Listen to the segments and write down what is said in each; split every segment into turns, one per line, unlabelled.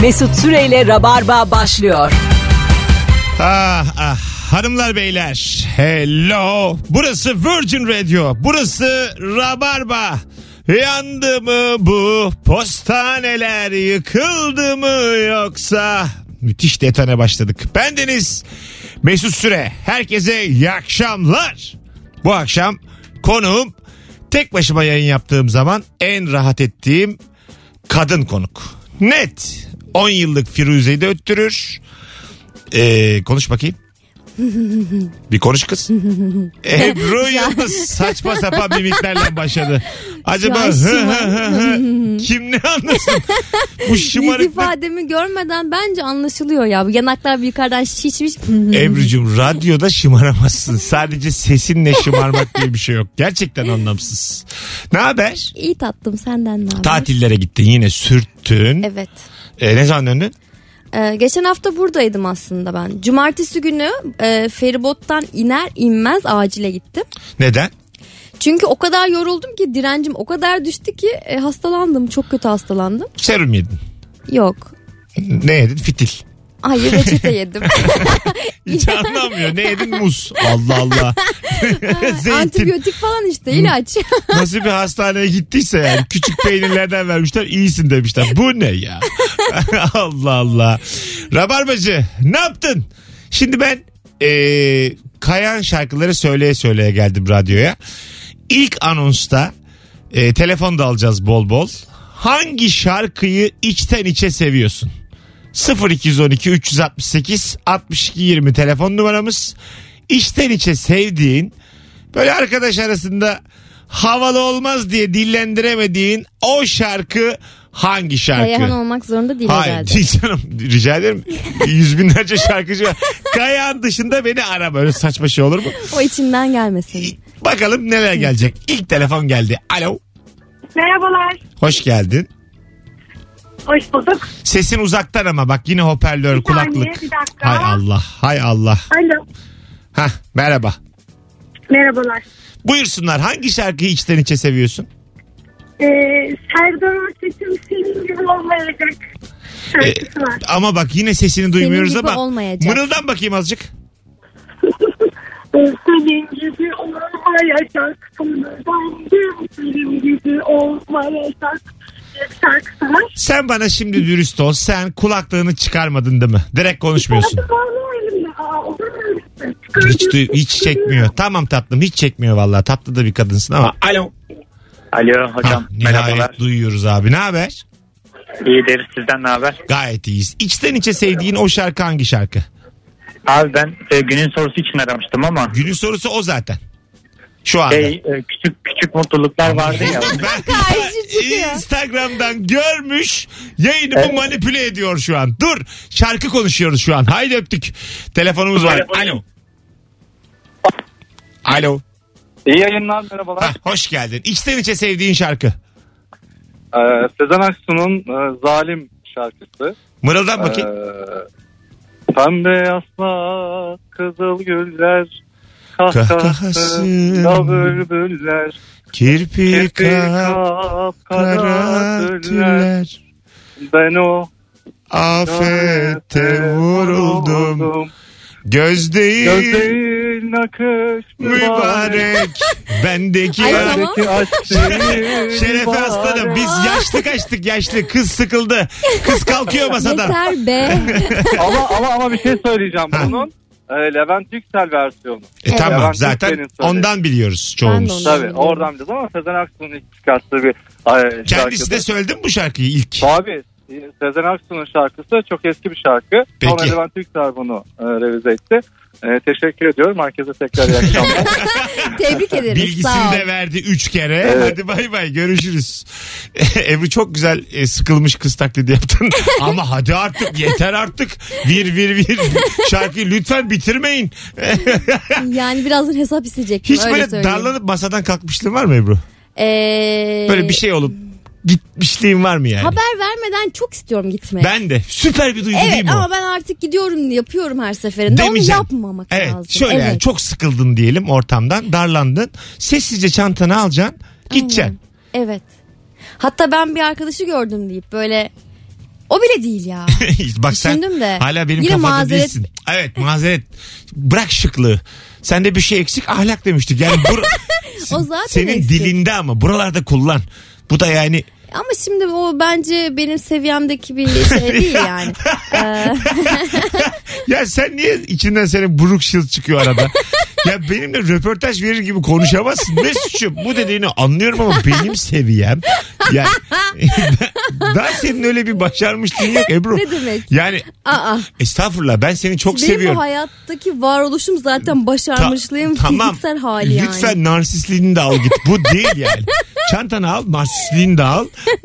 Mesut Süreyle Rabarba başlıyor.
Ah ah. Hanımlar beyler. Hello. Burası Virgin Radio. Burası Rabarba. Yandı mı bu postaneler yıkıldı mı yoksa? Müthiş detana başladık. Bendeniz Mesut Süre. Herkese iyi akşamlar. Bu akşam konuğum tek başıma yayın yaptığım zaman en rahat ettiğim kadın konuk. Net 10 yıllık Firuze'yi de öttürür. Ee, konuş bakayım. Bir konuş kız. Ebru Yıldız saçma sapan mimiklerle başladı. Acaba
Ya
hı
şımar-
hı hı hı kim ne anlasın? Bu
Yüz
şımarıklık.
ifademi görmeden bence anlaşılıyor ya. Bu yanaklar bir yukarıdan şişmiş.
Ebru'cum radyoda şımaramazsın. Sadece sesinle şımarmak diye bir şey yok. Gerçekten anlamsız. Ne haber?
İyi tatlım senden ne haber?
Tatillere gittin yine sürttün.
Evet.
Ee, ne zaman döndün?
Ee, geçen hafta buradaydım aslında ben. Cumartesi günü e, feribottan iner inmez acile gittim.
Neden?
Çünkü o kadar yoruldum ki direncim o kadar düştü ki e, hastalandım. Çok kötü hastalandım.
Serum yedin.
Yok.
Ne yedin? Fitil.
Hayır reçete yedim.
Hiç anlamıyor. Ne yedin? Muz. Allah Allah. Zeytin.
Antibiyotik falan işte ilaç.
Nasıl bir hastaneye gittiyse yani küçük peynirlerden vermişler iyisin demişler. Bu ne ya? Allah Allah. Rabarbacı ne yaptın? Şimdi ben eee, kayan şarkıları söyleye söyleye geldim radyoya. İlk anonsta eee, telefon da alacağız bol bol. Hangi şarkıyı içten içe seviyorsun? 0212 368 62 20 telefon numaramız. İçten içe sevdiğin böyle arkadaş arasında havalı olmaz diye dillendiremediğin o şarkı hangi şarkı?
Kayahan olmak zorunda değil
Hayır
herhalde.
değil canım rica ederim. Yüz binlerce şarkıcı var. Kayahan dışında beni arama öyle saçma şey olur mu?
O içimden gelmesin.
Bakalım neler gelecek. İlk telefon geldi. Alo
Merhabalar.
hoş geldin.
Hoş bulduk.
Sesin uzaktan ama bak yine hoparlör
Bir
kulaklık.
saniye, bir dakika.
Hay Allah hay Allah.
Alo.
Hah merhaba.
Merhabalar.
Buyursunlar hangi şarkıyı içten içe seviyorsun?
Ee, Serdar Ortaç'ın senin gibi olmayacak
Ee,
şarkısı var.
Ama bak yine sesini duymuyoruz
gibi
ama.
olmayacak.
Mırıldan bakayım azıcık.
Ee, senin gibi olmayacak. Sonradan bir senin gibi olmayacak. Bir şarkısı var.
Sen bana şimdi dürüst ol. Sen kulaklığını çıkarmadın değil mi? Direkt konuşmuyorsun.
Hadi bağlayalım ya. Aa, olur mu? şey?
Hiç, duy- hiç çekmiyor. Tamam tatlım hiç çekmiyor vallahi. Tatlı da bir kadınsın ama. Alo.
Alo hocam
Hah,
merhabalar.
nihayet duyuyoruz abi. Ne haber?
İyidir sizden ne haber?
Gayet iyiyiz. İçten içe sevdiğin o şarkı hangi şarkı?
Abi ben e, günün sorusu için aramıştım ama
Günün sorusu o zaten. Şu anda.
şey, e, küçük küçük mutluluklar vardı ya.
Ben
Karşı çıkıyor.
Instagram'dan görmüş yayınımı manipüle ediyor şu an. Dur şarkı konuşuyoruz şu an. Haydi öptük. Telefonumuz var. Alo. Alo.
İyi yayınlar merhabalar.
Hah, hoş geldin. İçten içe sevdiğin şarkı.
Ee, Sezen Aksu'nun e, Zalim şarkısı.
Mırıldan bakayım.
Ee, pembe yasla kızıl güller
Kahkahası.
kahkahası da bülbüller
Kirpi
kirpi
kara
kapkara tüller
tüller.
ben o
Afete vuruldum. Göz
göz
değil
değil nakış mübarek
mübarek. Bendeki
Ay, tamam.
Bendeki aşk değil,
Şerefe
mübarek.
aslanım biz yaşlı kaçtık yaşlı kız sıkıldı kız kalkıyor masadan
Yeter be.
ama, ama, ama bir şey söyleyeceğim
Ha.
bunun. e, Levent Yüksel versiyonu.
e, tamam
Levent
zaten
Yüksel'in söylediği.
ondan biliyoruz çoğumuz
Ben de onu-
Tabii oradan biliyoruz ama Sezen Aksu'nun ilk çıkarttığı bir e,
kendisi de
şarkıdır.
söyledi mi bu şarkıyı ilk
Tabii. Sezen Aksu'nun şarkısı çok eski bir şarkı.
Peki.
Sonra Levent Yüksel bunu e, revize etti. E, teşekkür ediyorum. Herkese tekrar iyi akşamlar.
Tebrik ederiz. Sağ
bilgisini
ol.
de verdi 3 kere
Evet.
hadi bay bay görüşürüz Ebru çok güzel e, sıkılmış kız taklidi yaptın ama hadi artık yeter artık vir vir vir şarkıyı lütfen bitirmeyin E,
Yani birazdan hesap isteyecektim.
hiç
öyle
böyle
söyleyeyim.
darlanıp masadan kalkmışlığın var mı Ebru
Ee,
böyle bir şey olup gitmişliğin var mı yani
Haber vermeden çok istiyorum gitmeye.
ben de süper bir duygu değil
evet
mi o?
ama ben artık gidiyorum yapıyorum her seferinde.
Demeyeceğim.
Onu yapmamak
Evet
lazım.
şöyle yani çok sıkıldın diyelim ortamdan darlandın. Sessizce çantanı alacaksın gideceksin.
Evet. Hatta ben bir arkadaşı gördüm deyip böyle O bile değil ya.
Bak sen
Düşündüm de.
hala benim
Yine
kafamda
mazeret-
değilsin. Evet mazeret. Bırak şıklığı. Sende bir şey eksik ahlak demiştik. Yani bur-
O zaten
senin
eksik.
dilinde ama buralarda kullan. Bu da yani
Ama şimdi o bence benim seviyemdeki bir şey değil yani. Ee,
ya sen niye içinden senin buruk şıl çıkıyor arada? ya benimle röportaj verir gibi konuşamazsın. Ne suçum? Bu dediğini anlıyorum ama benim seviyem. Yani, daha senin öyle bir başarmışlığın yok Ebru.
Ne demek?
Yani
aa.
estağfurullah ben seni çok
Benim
seviyorum.
bu hayattaki varoluşum zaten
Ta-
başarmışlığım fiziksel hali yani.
Lütfen narsistliğini de al git. Bu değil yani. Çantanı al, narsistliğini de al.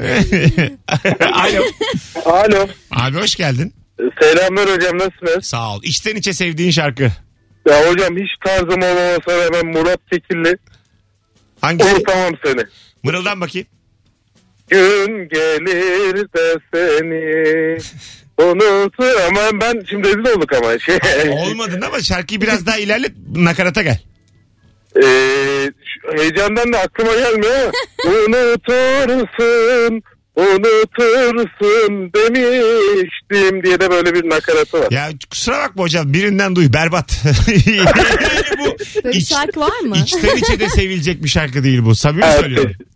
Alo.
Alo.
Abi hoş geldin.
Selamlar hocam nasılsınız?
Sağ ol. İçten içe sevdiğin şarkı.
Ya hocam hiç tarzım olmamasına rağmen Murat Tekilli
Hangisi?
unutamam seni.
Mırıldan bakayım.
Gün gelir de seni unutur ama ben şimdi rezil olduk ama şey.
Olmadın ama şarkıyı biraz daha ilerlet. Nakarata gel.
Ee, şu- heyecandan da aklıma gelmiyor ama unutursun unutursun demiştim diye de böyle bir nakaratı var.
Ya kusura bakma hocam birinden duy. Berbat. Yani bu
Böyle bir
iç-
şarkı var mı?
içten içe de sevilecek bir şarkı değil bu. Samimi
Evet.
söylüyorum.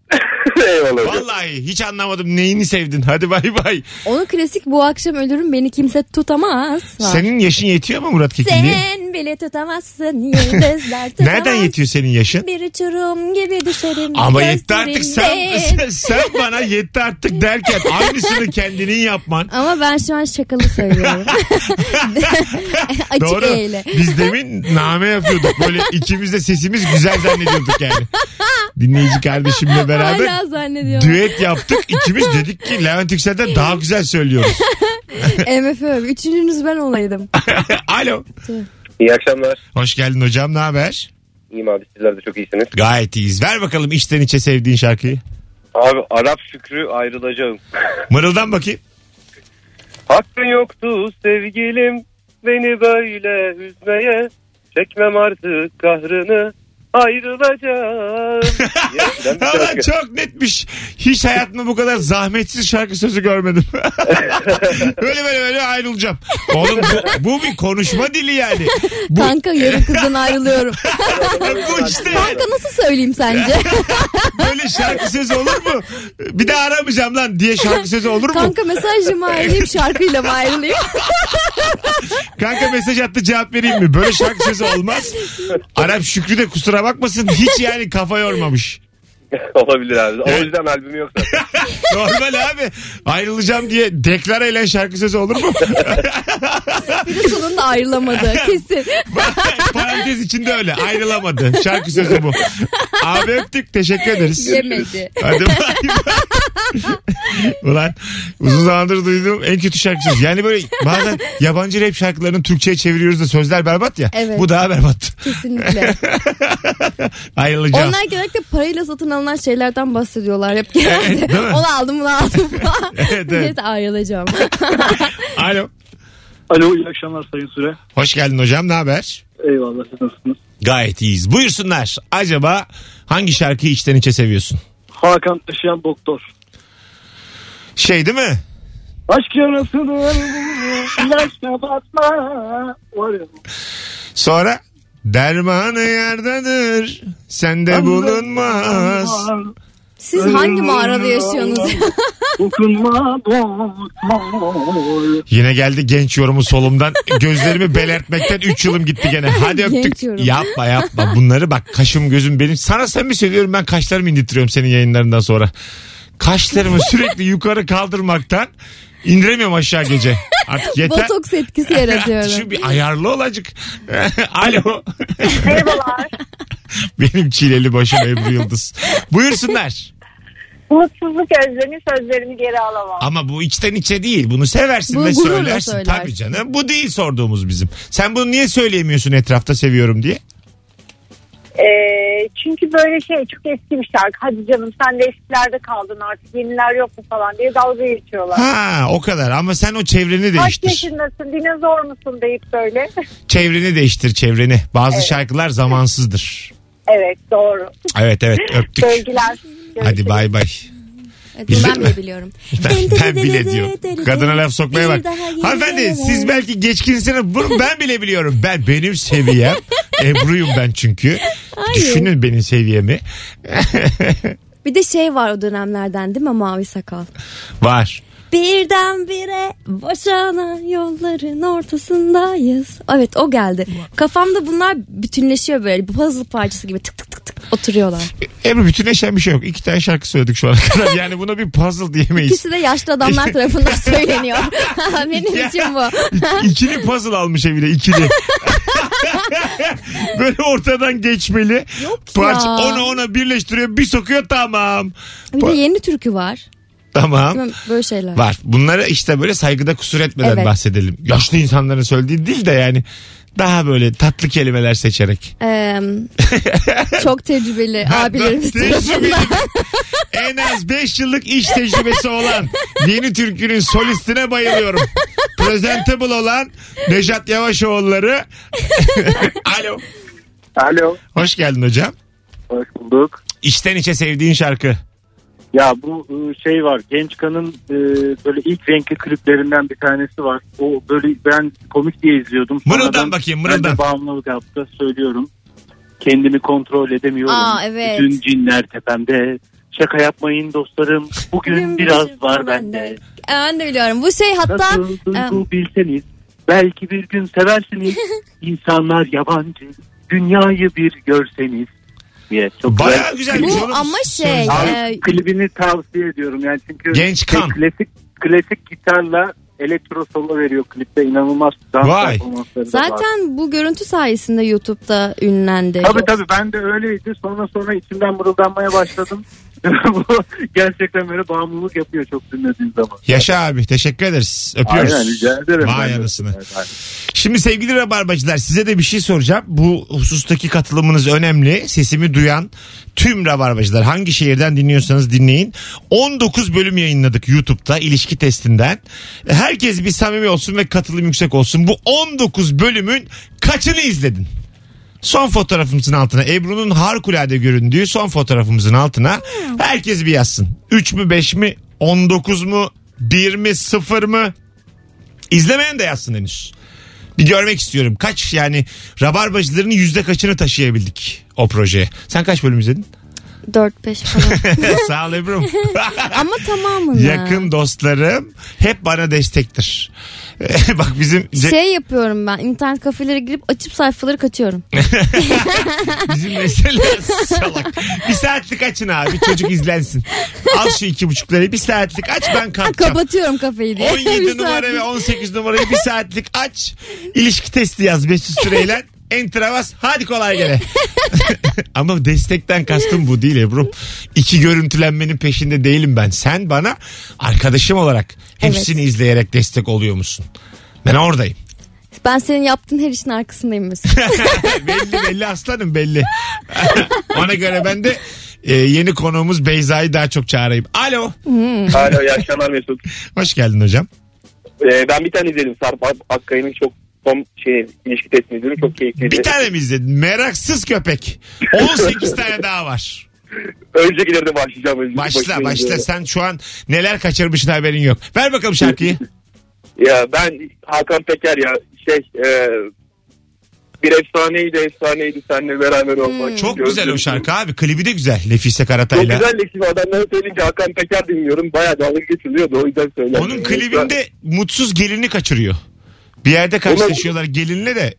Eyvallah hocam.
Vallahi hiç anlamadım neyini sevdin. Hadi bay bay.
Onun klasik bu akşam ölürüm beni kimse tutamaz. var.
Senin yaşın yetiyor mu Murat Kekilli?
Sen bile tutamazsın yıldızlar tutamaz.
Nereden yetiyor senin yaşın?
Bir uçurum gibi düşerim.
Ama yetti artık sen,
gözlerinde.
sen, sen bana yetti artık derken aynısını kendinin yapman.
Ama ben şu an şakalı söylüyorum. Açık
Doğru.
eyle.
Biz demin name yapıyorduk. Böyle ikimiz de sesimiz güzel zannediyorduk yani. Dinleyici kardeşimle beraber
Hala zannediyorum.
düet yaptık. İkimiz dedik ki Levent Yüksel'den daha güzel söylüyoruz.
MFÖ. Üçüncünüz ben olaydım.
Ah, Alo.
İyi akşamlar.
Hoş geldin hocam ne haber?
İyiyim abi sizler de çok iyisiniz.
Gayet iyiyiz. Ver bakalım içten içe sevdiğin şarkıyı.
Abi Arap Şükrü ayrılacağım.
Mırıldan bakayım.
Hakkın yoktu sevgilim beni böyle üzmeye. Çekmem artık kahrını ayrılacağım. Ya, ben bir
Ama
şarkı-
çok netmiş. Hiç hayatımda bu kadar zahmetsiz şarkı sözü görmedim. böyle böyle böyle ayrılacağım. Oğlum bu, bu bir konuşma dili yani. Bu,
Kanka yarın kızdan ayrılıyorum.
bu işte yani.
Kanka nasıl söyleyeyim sence?
böyle şarkı sözü olur mu? Bir daha aramayacağım lan diye şarkı sözü olur mu? Kanka,
Kanka mesajla mı ayrılayım şarkıyla mı ayrılayım?
mesaj attı cevap vereyim mi? Böyle şarkı sözü olmaz. Arap Şükrü de kusura bakmasın hiç yani kafa yormamış.
Olabilir abi. O yüzden albümü yok zaten.
Normal abi. Ayrılacağım diye deklara ile şarkı sözü olur mu?
Bir de sonunda ayrılamadı kesin.
Parantez içinde öyle. Ayrılamadı. Şarkı sözü bu. Abi öptük. Teşekkür ederiz.
Yemedi.
Hadi bay bay. Ulan uzun zamandır duyduğum en kötü şarkı sözü. Yani böyle bazen yabancı rap şarkılarını Türkçe'ye çeviriyoruz da sözler berbat ya.
Evet.
Bu daha berbat.
Kesinlikle.
Ayrılacağım.
Onlar genellikle parayla satın alınan şeylerden bahsediyorlar hep
Evet,
genelde.
E, değil mi?
onu aldım bunu aldım falan.
Evet, evet.
Neyse ayrılacağım.
Alo.
Alo iyi akşamlar Sayın Süre.
Hoş geldin hocam. Ne haber?
Eyvallah siz nasılsınız?
Gayet iyiyiz. Buyursunlar. Acaba hangi şarkıyı içten içe seviyorsun?
Hakan Taşıyan Doktor.
Şey değil mi?
Aşk yarasıdır ilaçla batma. Var ya.
Sonra dermanı yerdedir. Sende bulunmaz.
Siz hangi mağarada yaşıyorsunuz?
E,
Dokunma doktor.
Yine geldi genç yorumu solumdan. Gözlerimi belertmekten 3 yılım gitti gene. Hadi öptük.
Genç yorum.
Yapma yapma. Bunları bak kaşım gözüm benim. Sana sen mi söylüyorum ben kaşlarımı indirtiyorum senin yayınlarından sonra. Kaşlarımı sürekli yukarı kaldırmaktan indiremiyorum aşağı gece. Artık yeter.
Botoks etkisi yaratıyorum.
E, Şu bir ayarlı olacak. Alo.
Merhabalar.
Benim çileli başım Ebru Yıldız. Buyursunlar.
Mutsuzluk özlemi sözlerimi geri alamam.
Ama bu içten içe değil. Bunu seversin
Bunu
ve
gururla
söylersin.
söylersin.
Tabii canım. Bu değil sorduğumuz bizim. Sen bunu niye söyleyemiyorsun etrafta seviyorum diye?
Ee, çünkü böyle şey çok eski bir şarkı. Hadi canım sen de eskilerde kaldın artık yeniler yok mu falan diye dalga geçiyorlar.
Ha o kadar ama sen o çevreni
Kaç
değiştir.
yaşındasın dinozor musun deyip böyle.
Çevreni değiştir çevreni. Bazı şarkılar zamansızdır.
evet doğru.
Evet evet öptük.
Sevgiler.
Hadi bay bay.
Evet,
Bildin
bunu E, ben
mi?
bile biliyorum.
Ben, ben bile diyor. Kadına laf sokmaya bak.
Bir daha geri
Hanımefendi
dönemem.
siz belki geçkinsiniz. Bunu ben bile biliyorum. Ben benim seviyem. Ebru'yum ben çünkü. Düşünün benim seviyemi.
Bir de şey var o dönemlerden değil mi mavi sakal?
Var.
Birdenbire boşana yolların ortasındayız. Evet o geldi. Kafamda bunlar bütünleşiyor böyle. Bir puzzle parçası gibi tık tık tık tık oturuyorlar.
Ebru bütünleşen bir şey yok. İki tane şarkı söyledik şu ana kadar. Yani buna bir puzzle diyemeyiz.
İkisi de yaşlı adamlar tarafından söyleniyor. Benim için bu.
İkili puzzle almış evine ikili. Böyle ortadan geçmeli.
Yok
Parça
ya.
ona ona birleştiriyor. Bir sokuyor tamam.
Bir de
Pa-
yeni türkü var.
tamam.
Değil mi? Böyle şeyler.
Var. Bunları işte böyle saygıda kusur etmeden
Evet.
bahsedelim. Yaşlı insanların söylediği değil de yani daha böyle tatlı kelimeler seçerek.
Ee, çok tecrübeli abilerimiz
Tecrübeli.
tarafından.
en az 5 yıllık iş tecrübesi olan yeni türkünün solistine bayılıyorum. Presentable olan Nejat Yavaşoğulları. Alo.
Alo.
Hoş geldin hocam.
Hoş bulduk.
İçten içe sevdiğin şarkı.
Ya bu e, şey var Genç Kan'ın e, böyle ilk renkli kliplerinden bir tanesi var. O böyle ben komik diye izliyordum.
Mırıldan
Sonradan
bakayım,
Ben
mırıldan.
de bağımlılık yaptı söylüyorum. Kendimi kontrol edemiyorum.
Aa, evet.
Bütün cinler tepemde. Şaka yapmayın dostlarım. Bugün biraz var bende.
Ben de biliyorum. Bu şey hatta
Nasıl duygu bilseniz. Belki bir gün seversiniz. İnsanlar yabancı. Dünyayı bir görseniz. Diye çok
Bayağı güzel bir
Bu
şey oğlum.
ama şey,
Söyle.
Abi,
Ee,
klibini tavsiye ediyorum yani çünkü
Genç
şey,
kan.
klasik klasik gitarla elektro solo veriyor klipte inanılmaz dans
Vay.
performansları da var.
zaten bu görüntü sayesinde YouTube'da ünlendi.
Tabii tabii ben de öyleydi. Sonra sonra içimden mırıldanmaya başladım. Bu gerçekten böyle bağımlılık yapıyor çok dinlediğin zaman.
Yaşa abi teşekkür ederiz. Öpüyoruz.
Aynen rica ederim.
Vay
Ben de.
anasını.
Evet,
Şimdi sevgili rabarbacılar size de bir şey soracağım. Bu husustaki katılımınız önemli. Sesimi duyan tüm rabarbacılar hangi şehirden dinliyorsanız dinleyin. 19 bölüm yayınladık YouTube'da ilişki testinden. Herkes bir samimi olsun ve katılım yüksek olsun. Bu 19 bölümün kaçını izledin? Son fotoğrafımızın altına Ebru'nun harikulade göründüğü son fotoğrafımızın altına herkes bir yazsın. 3 mü 5 mi 19 mu 1 mi 0 mı İzlemeyen de yazsın henüz. Bir görmek istiyorum. Kaç yani rabarbacıların yüzde kaçını taşıyabildik o projeye? Sen kaç bölüm izledin?
4-5 falan.
Sağ ol Ebru'm.
ama tamamını.
Yakın dostlarım hep bana destektir. Bak bizim ce-
Şey yapıyorum ben internet kafelere girip açıp sayfaları kaçıyorum.
bizim mesele salak. Bir saatlik açın abi çocuk izlensin. Al şu iki buçukları bir saatlik aç ben kalkacağım.
Kapatıyorum kafeyi diye. Bir
17
saat-
numara ve 18 numarayı bir saatlik aç. İlişki testi yaz Mesut Süreyle. Entravas hadi kolay gele. Ama destekten kastım bu değil Ebru. İki görüntülenmenin peşinde değilim ben. Sen bana arkadaşım olarak hepsini izleyerek destek oluyor musun? Ben oradayım.
Ben senin yaptığın her işin arkasındayım Mesut.
belli belli aslanım belli. Ona göre ben de e, yeni konuğumuz Beyza'yı daha çok çağırayım. Alo.
Alo iyi akşamlar Mesut.
Hoş geldin hocam.
Ee, ben bir tane izledim Sarp Ak- Akkaya'nın çok son şey ilişki testini izledim. Çok keyifliydi.
Bir tane mi izledin? Meraksız köpek. 18 tane daha var.
Öncekilerde başlayacağım. Önceki
Başla
başlayayım
başla
diyorum.
sen şu an neler kaçırmışsın haberin yok. Ver bakalım şarkıyı.
Ya ben Hakan Peker ya şey e, bir efsaneydi efsaneydi seninle beraber olmak.
Hmm. Çok
Gözlerim-
güzel o şarkı abi. Klibi de güzel. Nefise
Çok
Karatay'la.
güzel de şimdi adamlara söyleyince Hakan Peker dinliyorum. Bayağı dalga geçiliyordu o yüzden söyledim.
Onun klibinde mutsuz gelini kaçırıyor. Bir yerde karşılaşıyorlar gelinle de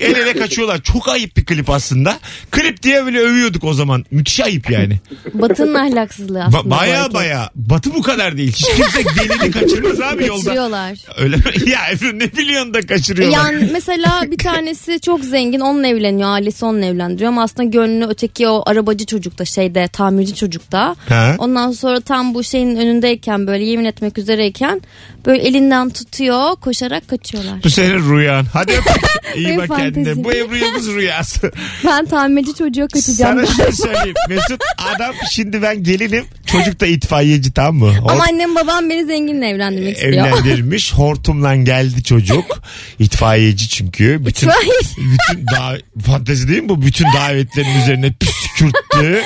el ele kaçıyorlar. Çok ayıp bir klip aslında. Klip diye bile övüyorduk o zaman. Müthiş ayıp yani.
Batı'nın ahlaksızlığı aslında.
Ba-
bu
baya
hareket.
baya. Batı bu kadar değil. Hiç kimse gelini kaçırmaz abi yolda.
Kaçırıyorlar.
Öyle mi? Ya Ebru ne biliyorsun da kaçırıyorlar.
Yani mesela bir tanesi çok zengin onunla evleniyor ailesi onunla evlendiriyor ama aslında gönlü öteki o arabacı çocukta şeyde tamirci çocukta.
Ha?
Ondan sonra tam bu şeyin önündeyken böyle yemin etmek üzereyken böyle elinden tutuyor koşarak kaçıyorlar.
Bu senin rüyan. Hadi öptük. İyi
Benim
bak kendine.
fantezim.
Bu Ebru Yıldız rüyası.
Ben tamirci çocuğa kaçacağım.
Sana şunu söyleyeyim. Mesut adam şimdi ben gelinim. Çocuk da itfaiyeci tamam mı? Hort-
Ama annem babam beni zenginle
E,
evlendirmek istiyor.
evlendirmiş. Hortumla geldi çocuk. İtfaiyeci çünkü. Bütün,
İtfaiyeci.
bütün da fantezi değil mi bu? Bütün davetlerin üzerine püskürttü.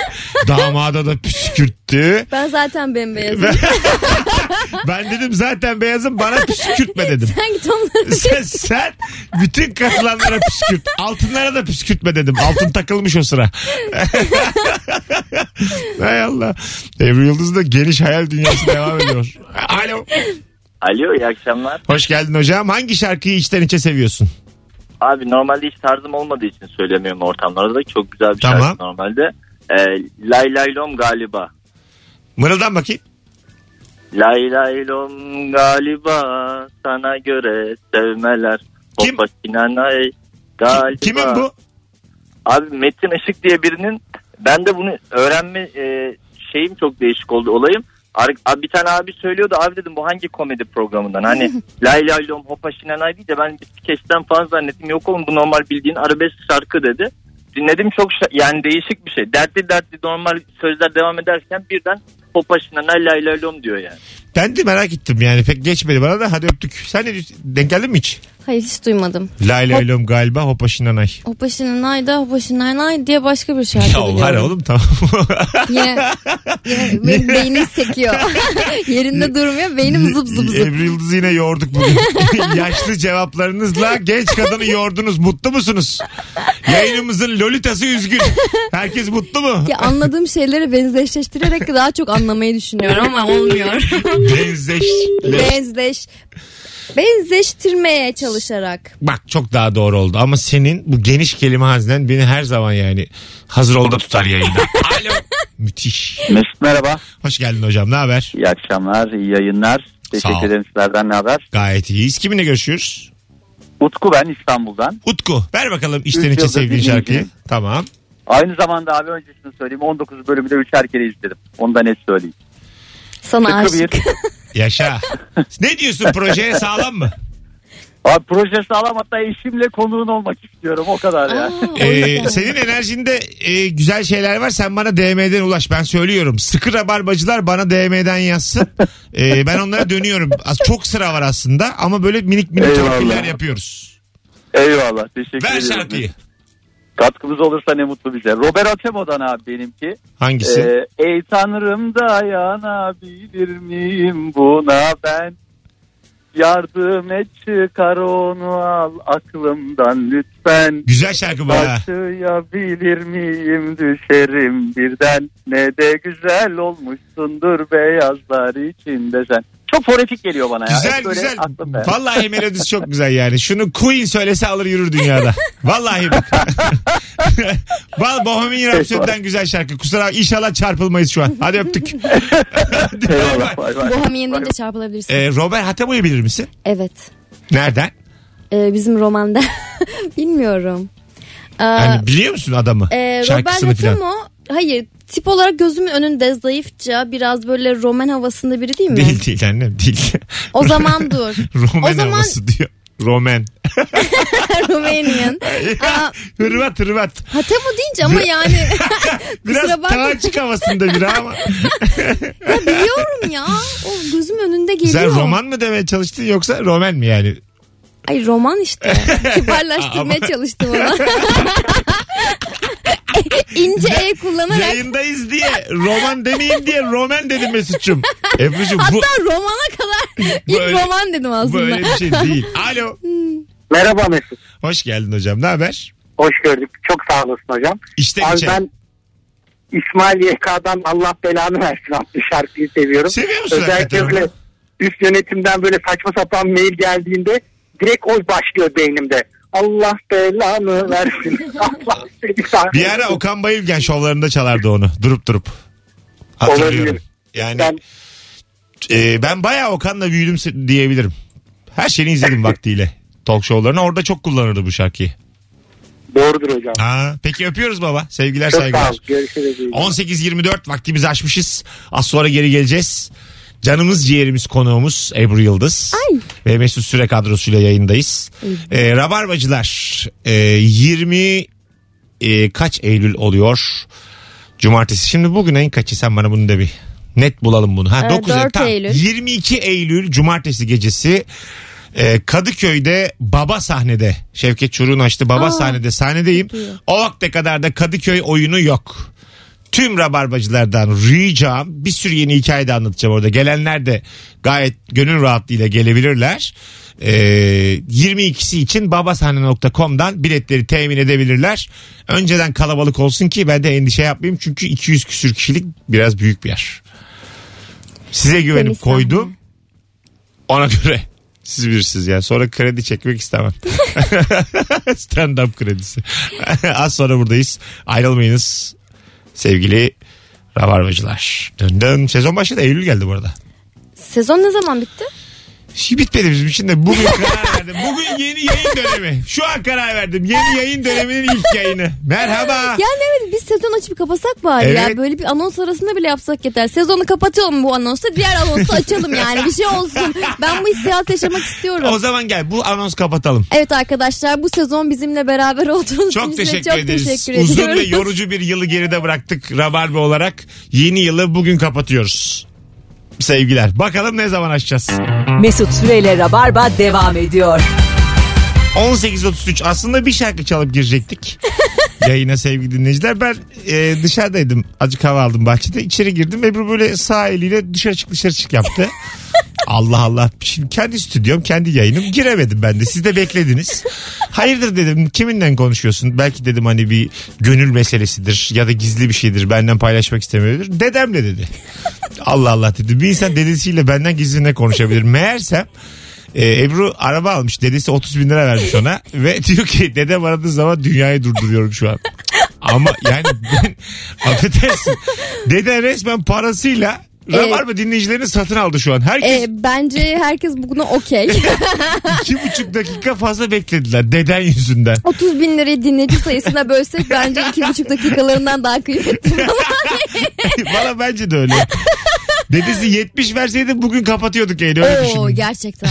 Damada da püskürttü. püskürttü.
Ben zaten bembeyazım.
Ben dedim zaten beyazım bana püskürtme dedim.
Sen git onları
Sen, sen bütün katılanlara püskürt. Altınlara da püskürtme dedim. Altın takılmış o sıra. Hay Allah. Ebru Yıldız da geniş hayal dünyası devam ediyor. Alo.
Alo iyi akşamlar.
Hoş geldin hocam. Hangi şarkıyı içten içe seviyorsun?
Abi normalde hiç tarzım olmadığı için söylemiyorum ortamlarda da çok güzel bir
Tamam.
şarkı normalde. Ee, lay lay lom galiba.
Mırıldan bakayım.
Lay lay lom galiba sana göre sevmeler.
Kim?
Hoppa sinanay galiba.
Kimin bu?
Abi Metin Işık diye birinin ben de bunu öğrenme e, şeyim çok değişik oldu olayım. Ar- Abi bir tane abi söylüyordu abi dedim bu hangi komedi programından hani lay lay lom hopa şinanay değil de ben bir skeçten falan zannettim yok oğlum bu normal bildiğin arabesk şarkı dedi. Dinledim çok şa- yani değişik bir şey dertli dertli normal sözler devam ederken birden hopa şinanay lay lay lom diyor yani.
Ben de merak ettim yani pek geçmedi bana da hadi öptük. Sen ne diyorsun? Denk geldin mi hiç?
Hayır hiç duymadım.
Lay lay lom galiba hopa şinanay.
Hopaşının ayda hopaşının nay diye başka bir şarkı
Ya var
biliyorum.
oğlum tamam.
Yine, yine benim beynim sekiyor. Yerinde durmuyor. Beynim zıp zıp zıp.
Ebru Yıldız'ı yine yorduk bugün. Yaşlı cevaplarınızla genç kadını yordunuz. Mutlu musunuz? Yayınımızın lolitası üzgün. Herkes mutlu mu?
Ya anladığım şeyleri benzeşleştirerek daha çok anlamayı düşünüyorum ama olmuyor.
Benzeş.
Benzeş benzeştirmeye çalışarak.
Bak çok daha doğru oldu ama senin bu geniş kelime haznen beni her zaman yani hazır olda tutar yayında. Alo. Müthiş.
Mesut merhaba
Hoş geldin hocam ne haber?
iyi akşamlar iyi yayınlar
Teşekkür ol. ederim.
sizlerden ne haber?
Gayet iyiyiz. Kiminle görüşüyoruz?
Utku ben İstanbul'dan.
Utku ver bakalım içten
Üç
içe
yıldır
sevdiğin
dinleyiciyim.
şarkıyı. Tamam.
Aynı zamanda abi öncesini söyleyeyim 19 bölümü de 3'er kere izledim. Ondan net söyleyeyim.
Sana
Sıkı
aşık.
bir.
Yaşa. ne diyorsun projeye sağlam mı?
Abi proje sağlam hatta eşimle konuğun olmak istiyorum o kadar ya.
Aa, o
Ee,
yüzden.
senin enerjinde e, güzel şeyler var. Sen bana DM'den ulaş. Ben söylüyorum. Sıkı rabarbacılar bana DM'den yazsın. Ee, ben onlara dönüyorum. Az çok sıra var aslında ama böyle minik minik
Eyvallah.
torpiller yapıyoruz.
Eyvallah teşekkür
Ver
ediyorum.
şarkıyı.
Katkımız olursa ne mutlu bize. Robert Atemo'dan abi benimki.
Hangisi?
Ee, Ey tanrım dayanabilir miyim buna ben? Yardım et çıkar onu al aklımdan lütfen.
güzel şarkı bana.
Taşıyabilir miyim düşerim birden ne de güzel olmuşsundur beyazlar içinde sen. Çok forefik geliyor bana ya.
Güzel
Hep böyle
güzel.
aklımda.
Vallahi melodisi çok güzel yani. Şunu Queen söylese alır yürür dünyada. Vallahi bak. Val Bohemian Rhapsody'den güzel şarkı. Kusura inşallah çarpılmayız şu an. Hadi öptük. Hadi bay bay.
Eyvallah, bay bay.
Bohemian deyince çarpılabilirsin.
Ee, Robert Hatemo'yu bilir misin?
Evet.
Nereden?
Ee, bizim romanda. Bilmiyorum. Ee,
Hani biliyor musun adamı?
e, Robert
Şarkısını filan.
Hatemo hayır tip olarak gözümün önünde zayıfça biraz böyle roman havasında biri değil mi?
Değil değil annem değil.
O zaman dur.
Roman
O zaman-
havası diyor. Roman.
Romanian. Aa,
hırvat hırvat.
Hatemo deyince ama yani
Biraz
Kusura bakma.
tağcık havasında bir ama.
ya biliyorum ya. O gözüm önünde geliyor.
Sen roman mı demeye çalıştın yoksa roman mı yani?
Ay roman işte. Kibarlaştırmaya
Ama-
çalıştım ona. İnce E kullanarak.
Yayındayız diye roman demeyeyim diye roman dedim Mesut'cum. Ebru'cum bu,
Hatta romana kadar ilk
Böyle-
roman dedim
bu
aslında.
öyle bir şey değil. Alo.
Merhaba Mesut.
Hoş geldin hocam ne haber?
Hoş gördük. Çok sağ olasın hocam.
İşte
Abi
içe.
ben İsmail YK'dan Allah belanı versin adlı şarkıyı seviyorum.
Seviyor musun
Özellikle
hakikaten
böyle
onu?
üst yönetimden böyle saçma sapan mail geldiğinde direkt o başlıyor beynimde. Allah belanı versin. Allah belanı
Bir ara Okan Bayülgen şovlarında çalardı onu durup durup. Hatırlıyorum.
Olabilir.
Yani
Ben-
e, ben bayağı Okan'la büyüdüm se- diyebilirim. Her şeyini izledim vaktiyle. Talk show'larını orada çok kullanırdı bu şarkıyı.
Doğrudur hocam.
Ha, peki öpüyoruz baba. Sevgiler
Çok sağ
saygılar.
ol. Görüşürüz.
18.24 vaktimizi aşmışız. Az sonra geri geleceğiz. Canımız ciğerimiz konuğumuz Ebru Yıldız. Ve Mesut Süre kadrosuyla yayındayız. Ee, Rabarbacılar e, 20 e, kaç Eylül oluyor? Cumartesi. Şimdi bugün ayın kaçı sen bana bunu de bir net bulalım bunu. Ha,
Ee,
9
dört
tamam.
Eylül.
22 Eylül Cumartesi gecesi e, Kadıköy'de Baba sahnede Şevket Çuruk'un açtı Baba
Aa.
sahnede sahnedeyim. O vakte kadar da Kadıköy oyunu yok. tüm rabarbacılardan ricam bir sürü yeni hikaye de anlatacağım orada. Gelenler de gayet gönül rahatlığıyla gelebilirler. Ee, 22'si için babasahne.com'dan biletleri temin edebilirler. Önceden kalabalık olsun ki ben de endişe yapmayayım. Çünkü 200 küsür kişilik biraz büyük bir yer. Size güvenip
Temiz sahne.
koydum. Ona göre siz bilirsiniz ya. Sonra kredi çekmek istemem. Stand-up kredisi. Az sonra buradayız. Ayrılmayınız sevgili Rabarbacılar. Dön dön. Sezon başladı. Eylül geldi bu arada.
Sezon ne zaman bitti?
Hiç bitmedi bizim için de. Bugün karar verdim. Bugün yeni yayın dönemi. Şu an karar verdim. Yeni yayın döneminin ilk yayını. Merhaba.
Yani evet biz sezon açıp kapasak bari
Evet.
ya. Böyle bir anons arasında bile yapsak yeter. Sezonu kapatalım bu anonsla. Diğer anonsu açalım yani. Bir şey olsun. Ben bu hissiyatı yaşamak istiyorum.
O zaman gel bu anons kapatalım.
Evet arkadaşlar bu sezon bizimle beraber olduğunuz için
Çok
size
teşekkür
çok
ederiz.
teşekkür
Uzun ve
ediyoruz.
yorucu bir yılı geride bıraktık Rabarbe olarak. Yeni yılı bugün kapatıyoruz. Sevgiler. Bakalım ne zaman açacağız?
Mesut Süreyle Rabarba devam ediyor.
18.33 aslında bir şarkı çalıp girecektik. Yayına sevgili dinleyiciler. Ben e, dışarıdaydım. Azıcık hava aldım bahçede. İçeri girdim. Ebru böyle sağ eliyle dışarı çık dışarı çık yaptı. Allah Allah. Şimdi kendi stüdyom, kendi yayınım. Giremedim ben de. Siz de beklediniz. Hayırdır dedim. Kiminle konuşuyorsun? Belki dedim hani bir gönül meselesidir ya da gizli bir şeydir. Benden paylaşmak istemiyordur. Dedemle dedi. Allah Allah dedi. Bir insan dedesiyle benden gizli ne konuşabilir? Meğersem e, Ebru araba almış. Dedesi 30 bin lira vermiş ona. ve diyor ki dedem aradığı zaman dünyayı durduruyorum şu an. Ama yani ben affedersin. Dede resmen parasıyla Rabarba dinleyicilerini satın aldı şu an. Herkes
Ee, bence herkes buna okey.
iki buçuk dakika fazla beklediler deden yüzünden.
30 bin lirayı dinleyici sayısına bölsek bence 2,5 dakikalarından daha kıymetli.
Bana bence de öyle. Dedesi 70 verseydi bugün kapatıyorduk yani öyle
Oo
düşündüm.
gerçekten.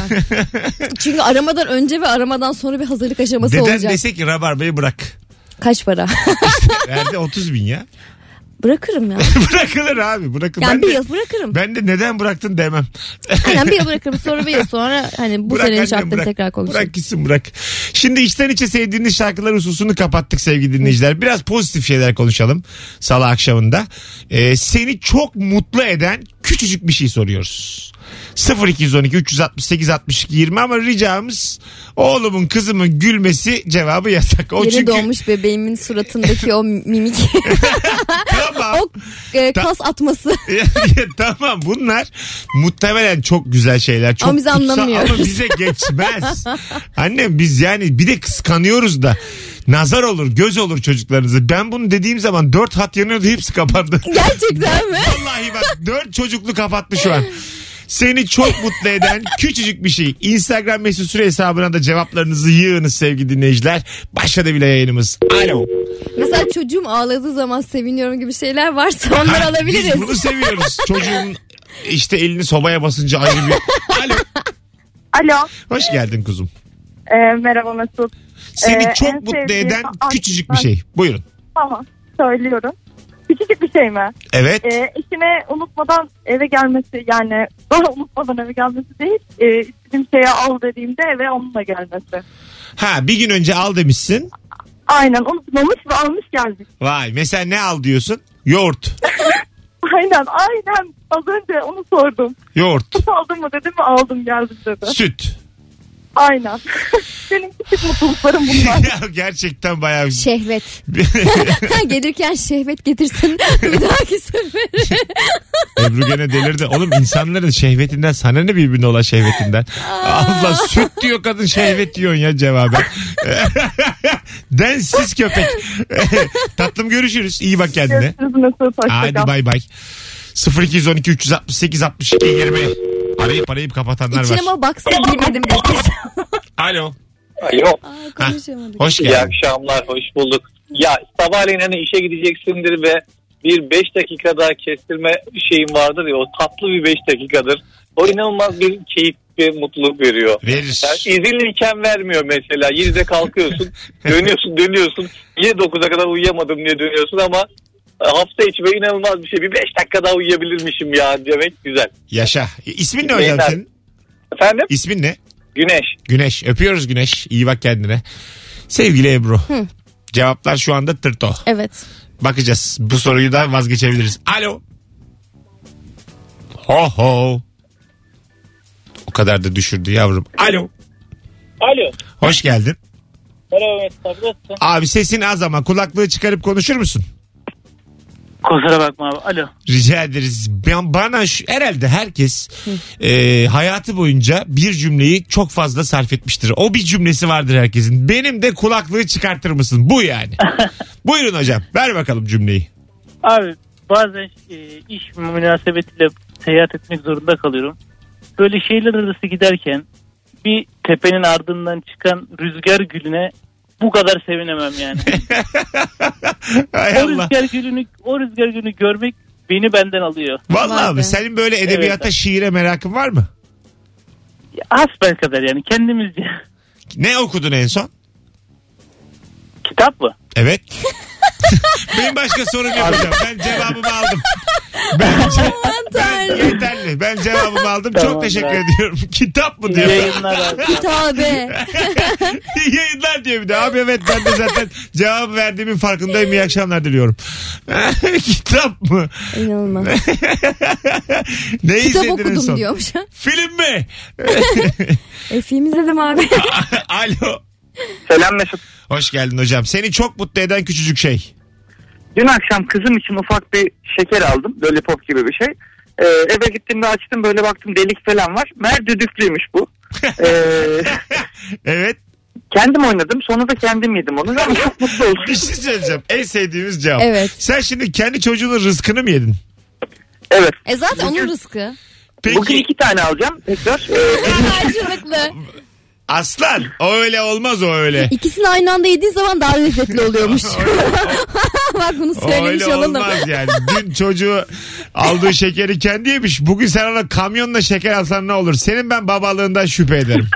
Çünkü aramadan önce ve aramadan sonra bir hazırlık aşaması
Deden
olacak.
dese ki Rabarba'yı bırak.
Kaç para?
Verdi 30 bin ya.
bırakırım ya.
Bırakılır abi bırakılır.
Yani
ben,
bir
de,
yıl bırakırım.
ben de neden bıraktın demem.
Aynen bir yıl bırakırım. Sonra bir yıl sonra hani bu
Bırak
senenin
anne,
şartlarını
bırak.
tekrar konuşuruz.
Bırak gitsin bırak. Şimdi içten içe sevdiğiniz şarkılar hususunu kapattık sevgili dinleyiciler. Biraz pozitif şeyler konuşalım salı akşamında. Ee, seni çok mutlu eden küçücük bir şey soruyoruz. 0212 368 62 20 ama ricamız oğlumun kızımın gülmesi cevabı yasak. O
Yeni
çünkü
doğmuş bebeğimin suratındaki o mimik,
tamam.
o e,
Ta-
kas atması.
Ya, ya, tamam bunlar muhtemelen çok güzel şeyler. Çok
Ama biz
kutsal
anlamıyoruz.
Ama bize geçmez. Annem biz yani bir de kıskanıyoruz da. Nazar olur, göz olur çocuklarınızı. Ben bunu dediğim zaman dört hat yanıyordu hepsi kapandı.
Gerçekten mi?
Vallahi bak dört çocuklu kapattı şu an. Seni çok mutlu eden küçücük bir şey. Instagram mesut süre hesabına da cevaplarınızı yığınız sevgili dinleyiciler. Başladı bile yayınımız. Alo.
Mesela çocuğum ağladığı zaman seviniyorum gibi şeyler varsa onları
Ha,
alabiliriz.
Biz bunu seviyoruz. Çocuğun işte elini sobaya basınca ayrı bir... Alo.
Alo.
Hoş geldin kuzum.
Ee, merhaba Mesut.
Seni
Ee,
çok
en
mutlu
sevdiğim-
eden
Ay,
küçücük bir
ay.
şey. Buyurun.
Tamam. Söylüyorum. Küçücük bir şey mi?
Evet.
Ee, eşime unutmadan eve gelmesi yani bana unutmadan eve gelmesi değil e, istediğim şeye al dediğimde eve onunla gelmesi.
Ha bir gün önce al demişsin.
Aynen unutmamış ve almış geldik.
Vay mesela ne al diyorsun? Yoğurt.
Aynen aynen az önce onu sordum.
Yoğurt.
Süt aldın mı dedim aldım geldim dedi.
Süt.
Aynen. Benim küçük mutluluklarım bunlar.
ya gerçekten bayağı
Şey-
Şehvet. Gelirken şehvet getirsin bir dahaki sefere.
Ebru gene delirdi. Oğlum insanların şehvetinden sana ne birbirine olan şehvetinden. Allah süt diyor kadın şehvet diyorsun ya cevaben. Densiz köpek. Tatlım görüşürüz. İyi bak kendine.
Görüşürüz Mesut. Hoşça
Hadi
kal.
bay bay. 0212 368 62 20. Arayıp arayıp kapatanlar var.
İçine o baksa girmedim de.
Alo.
Alo.
Aa, konuşamadık.
Hoş
İyi
geldin.
akşamlar, hoş bulduk. Ya sabahleyin hani işe gideceksindir ve bir 5 dakika daha kestirme şeyim vardır ya o tatlı bir 5 dakikadır. O inanılmaz bir keyif ve mutluluk veriyor.
Verir.
Yani izinliyken vermiyor mesela. Yine de kalkıyorsun, dönüyorsun, dönüyorsun. Yine 9'a kadar uyuyamadım diye dönüyorsun ama hafta içi böyle inanılmaz bir şey. Bir 5 dakika daha uyuyabilirmişim ya demek güzel.
Yaşa. İsmin ne hocam
Beyler.
senin?
Efendim?
İsmin ne?
Güneş.
Güneş. Öpüyoruz Güneş. İyi bak kendine. Sevgili Ebru. Cevaplar şu anda tırto.
Evet.
Bakacağız. Bu soruyu da vazgeçebiliriz. Alo. Ho ho. O kadar da düşürdü yavrum. Alo.
Alo.
Hoş geldin.
Merhaba Mesut abi nasılsın?
Abi sesin az ama kulaklığı çıkarıp konuşur musun?
Kusura bakma abi. Alo.
Rica ederiz. Ben, bana şu, herhalde herkes e, hayatı boyunca bir cümleyi çok fazla sarf etmiştir. O bir cümlesi vardır herkesin. Benim de kulaklığı çıkartır mısın? Bu yani. Buyurun hocam. Ver bakalım cümleyi.
Abi bazen e, iş münasebetiyle seyahat etmek zorunda kalıyorum. Böyle şehirler arası giderken bir tepenin ardından çıkan rüzgar gülüne bu kadar sevinemem yani.
Hay
o
Allah.
rüzgar gülünü o rüzgar gülünü görmek beni benden alıyor.
Vallahi
Vay be.
abi senin böyle edebiyata,
Evet.
şiire merakın var mı?
Asbel kadar yani kendimizce.
Ne okudun en son?
Kitap mı?
Evet. Benim başka sorum yok hocam. Ben cevabımı aldım. Bence, ben yeterli. Ben cevabımı aldım. Çok
Tamam,
teşekkür
ben-
ediyorum. Kitap mı
İyi
diyor?
yayınlar abi.
Tabii.
İyi yayınlar diyor bir de. Abi evet ben de zaten cevap verdiğimin farkındayım. İyi akşamlar diliyorum. Kitap mı?
İnanılmaz.
ne
Kitap
izledin en son?
okudum diyormuş.
Film mi?
e film izledim abi.
Alo.
Selam Mesut.
Hoş geldin hocam. Seni çok mutlu eden küçücük şey.
Dün akşam kızım için ufak bir şeker aldım. Böyle pop gibi bir şey. Ee, eve gittiğimde açtım böyle baktım delik falan var. Mer düdüklüymüş bu. Ee,
Evet.
kendim oynadım. Sonra da kendim yedim onu. Ama çok mutlu oldum.
Bir şey söyleyeceğim. En sevdiğimiz cevap.
Evet.
Sen şimdi kendi çocuğunun rızkını mı yedin?
Evet.
E zaten onun rızkı.
Peki
Bugün iki tane alacağım tekrar. Ee,
Karşılıklı.
aslan o öyle olmaz o öyle.
İkisini aynı anda yediğin zaman daha lezzetli oluyormuş. Bak bunu
O
söylemiş
öyle
olalım.
olmaz yani. Dün çocuğu aldığı şekeri kendi yemiş. Bugün sen ona kamyonla şeker alsan ne olur? Senin ben babalığından şüphe ederim.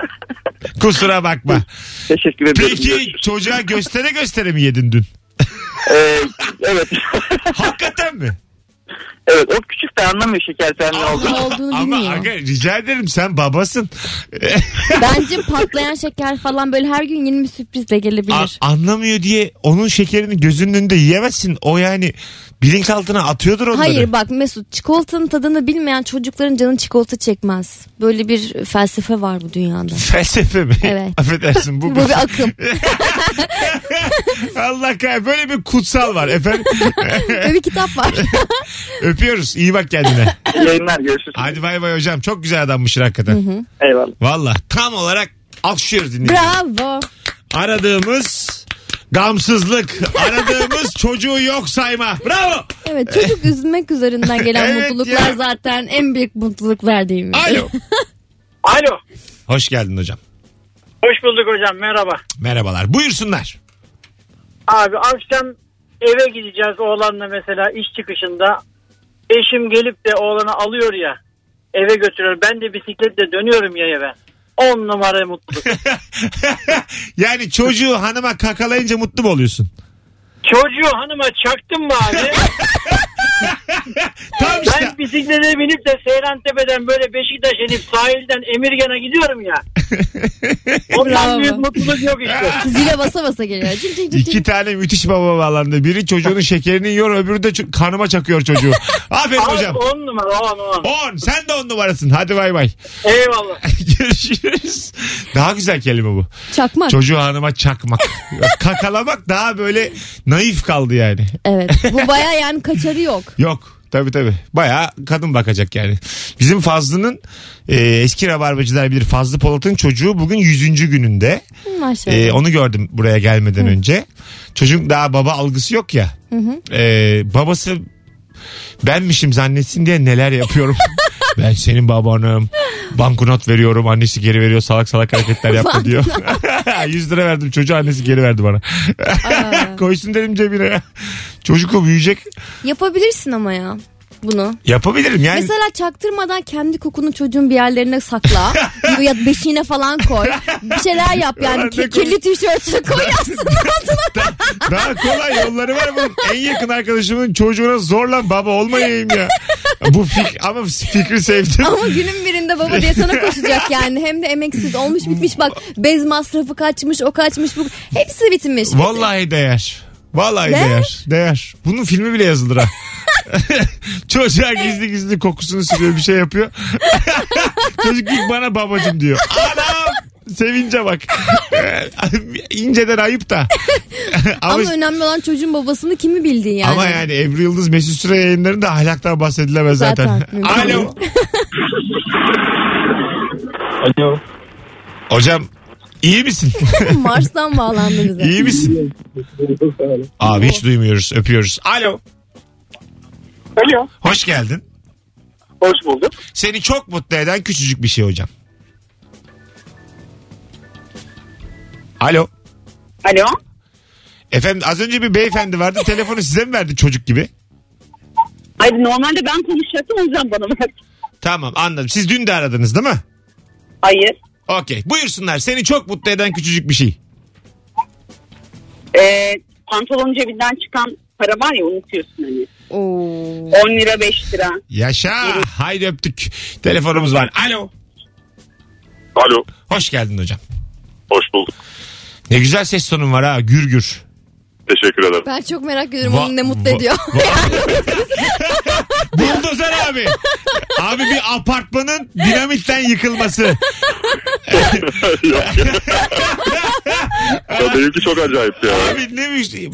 Kusura bakma.
teşekkür ederim.
Peki çocuğa göstere göstere mi yedin dün?
Ee, evet.
Hakikaten mi?
evet o küçük de anlamıyor şeker sen ne oldu.
Ne olduğunu
Ama
bilmiyor.
aga, rica ederim sen babasın.
Bence patlayan şeker falan böyle her gün yeni bir sürprizle
A-
gelebilir.
anlamıyor diye onun şekerini gözünün önünde yiyemezsin. O yani bilinçaltına atıyordur onları.
Hayır bak Mesut çikolatanın tadını bilmeyen çocukların canı çikolata çekmez. Böyle bir felsefe var bu dünyada.
Felsefe mi?
Evet.
Affedersin bu.
Bu bir akım.
Allah kahretsin. Böyle bir kutsal var efendim.
Böyle bir kitap var.
Öpüyoruz. İyi bak kendine.
Yayınlar görüşürüz.
Hadi bay bay hocam. Çok güzel adammışsın hakikaten.
Eyvallah.
Valla tam olarak alkışlıyoruz dinleyiciler.
Bravo.
Aradığımız gamsızlık. Aradığımız çocuğu yok sayma. Bravo.
Evet çocuk üzülmek üzerinden gelen
Evet
mutluluklar
ya.
zaten en büyük mutluluklar değil mi?
Alo.
Alo.
Hoş geldin hocam.
Hoş bulduk hocam merhaba.
Merhabalar. Buyursunlar.
Abi akşam eve gideceğiz oğlanla mesela iş çıkışında. Eşim gelip de oğlanı alıyor ya eve götürüyor. Ben de bisikletle dönüyorum ya eve. 10 numara mutluluk.
yani çocuğu hanıma kakalayınca mutlu mu oluyorsun?
Çocuğu hanıma çaktım mı abi?
Tam işte.
Ben bisiklete binip de Seyrantepe'den böyle Beşiktaş inip sahilden Emirgan'a gidiyorum ya.
Bravo.
Ondan büyük mutluluk yok işte.
Zile basa basa geliyor. Cik cik cik
İki
cik.
tane müthiş baba bağlandı. Biri çocuğunun şekerini yiyor öbürü de ço- kanıma çakıyor çocuğu. Aferin hocam.
Abi 10 numara 10 10.
10. Sen de on numarasın. Hadi bay bay.
Eyvallah.
Görüşürüz. Daha güzel kelime bu.
Çakmak.
Çocuğu hanıma çakmak. Kakalamak daha böyle naif kaldı yani.
Evet. Bu baya yani kaçarı yok.
Yok. Tabii tabii. Bayağı kadın bakacak yani. Bizim Fazlı'nın e, eski rabarbacılar bilir Fazlı Polat'ın çocuğu bugün 100. gününde.
Maşallah.
Ee, onu gördüm buraya gelmeden önce. Çocuk daha baba algısı yok ya. Ee, babası benmişim zannetsin diye neler yapıyorum. ben senin babanım. Banknot veriyorum annesi geri veriyor salak salak hareketler yapma diyor. 100 lira verdim çocuğa annesi geri verdi bana. Koysun dedim cebine. Çocuk o büyüyecek.
Yapabilirsin ama ya. bunu.
Yapabilirim yani.
Mesela çaktırmadan kendi kokunu çocuğun bir yerlerine sakla. ya beşiğine falan koy. Bir şeyler yap yani.
Ulan ne
Ki-
komik.
kirli tişörtünü koy aslında altına.
Daha kolay yolları var bunun. En yakın arkadaşımın çocuğuna zorla baba olmayayım ya. Bu fik ama fikri sevdim.
Ama günün birinde baba diye sana koşacak yani. Hem de emeksiz olmuş bitmiş bak. Bez masrafı kaçmış o kaçmış bu. Hepsi bitmiş.
Vallahi değer. Vallahi değer.
Değer.
değer. Bunun filmi bile yazılır ha. Çocuğa gizli gizli kokusunu sürüyor bir şey yapıyor. Çocuk ilk bana babacım diyor. Anam sevince bak. İnceden ayıp da. ama,
Ama
ama,
önemli olan çocuğun babasını kimi bildin yani.
yani Ebru Yıldız Mesut Süre yayınlarında ahlaktan bahsedilemez zaten.
Zaten, mümkün değil.
Alo.
Alo.
Hocam iyi misin?
Mars'tan bağlandı bize.
iyi misin? Abi hiç duymuyoruz öpüyoruz. Alo.
Alo.
Hoş geldin.
Hoş bulduk.
Seni çok mutlu eden küçücük bir şey hocam. Alo.
Alo.
Efendim az önce bir beyefendi vardı. Telefonu size mi verdi çocuk gibi?
Ay normalde ben konuşacaktım o yüzden bana bak.
Tamam anladım. Siz dün de aradınız değil mi?
Hayır.
Okey. Buyursunlar. Seni çok mutlu eden küçücük bir şey.
Ee, pantolonun cebinden çıkan para var ya unutuyorsun hani.
Oo.
10 lira 5 lira.
Yaşa. Haydi öptük. Telefonumuz var. Alo.
Alo.
Hoş geldin hocam.
Hoş bulduk.
Ne güzel ses tonun var ha. Gür gür.
Teşekkür ederim.
Ben çok merak ediyorum
Va-
onu ne mutlu
va-
ediyor.
Buldozer abi. Abi bir apartmanın dinamitten yıkılması.
ya benimki çok acayip ya.
Abi ne müjde.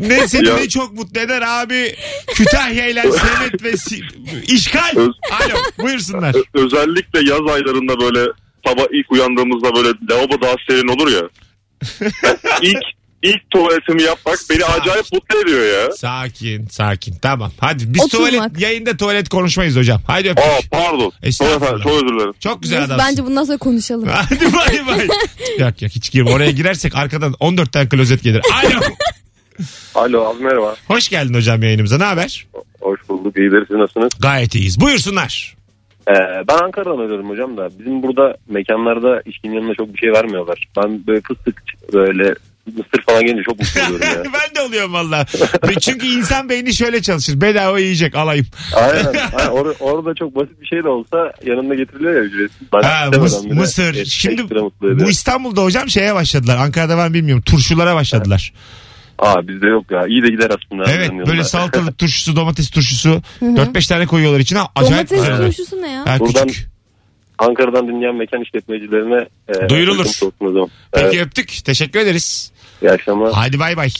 Ne seni
Ya.
ne çok mutlu eder abi. Kütahya ile Senet ve si- işgal.
Öz-
Alo buyursunlar.
Ö- özellikle yaz aylarında böyle sabah ilk uyandığımızda böyle lavabo daha serin olur ya. ilk ilk tuvaletimi yapmak beni acayip mutlu ediyor ya.
Sakin sakin tamam. Hadi biz
Oturmak.
tuvalet yayında tuvalet konuşmayız hocam. Hadi öptük.
Aa pardon. Çok,
Estağfurullah.
efendim, çok özür dilerim.
Çok güzel
Biz
adamsın.
bence bundan sonra konuşalım.
Hadi bay bay. yok yok hiç girme. Oraya girersek arkadan 14 tane klozet gelir. Alo.
Alo abi merhaba.
Hoş geldin hocam yayınımıza. Ne haber?
Hoş bulduk. İyidir siz nasılsınız?
Gayet iyiyiz. Buyursunlar.
Ee, ben Ankara'dan arıyorum hocam da bizim burada mekanlarda içkinin yanına çok bir şey vermiyorlar. Ben böyle fıstık böyle mısır falan gelince çok mutlu oluyorum ya.
ben de oluyorum valla. Çünkü insan beyni şöyle çalışır. Bedava yiyecek alayım.
Aynen. aynen. Or- orada çok basit bir şey de olsa yanında getiriliyor ya ücretsiz. Ben
Ha,
istemeden
mıs-
bile
mısır.
et-
Şimdi
ekstra mutlu
Bu
ediyor.
İstanbul'da hocam şeye başladılar. Ankara'da ben bilmiyorum. Turşulara başladılar.
Aa bizde yok ya. İyi de gider aslında.
Evet,
Yanında.
böyle salatalık turşusu, domates turşusu. 4-5 tane koyuyorlar içine. Acayip
Domates
güzel.
turşusu ne ya?
Ha,
Buradan-
küçük.
Ankara'dan dinleyen mekan işletmecilerine e,
Duyurulur.
uygun olsun o zaman.
Peki
Evet,
öptük. Teşekkür ederiz.
iyi akşamlar.
Hadi bay bay.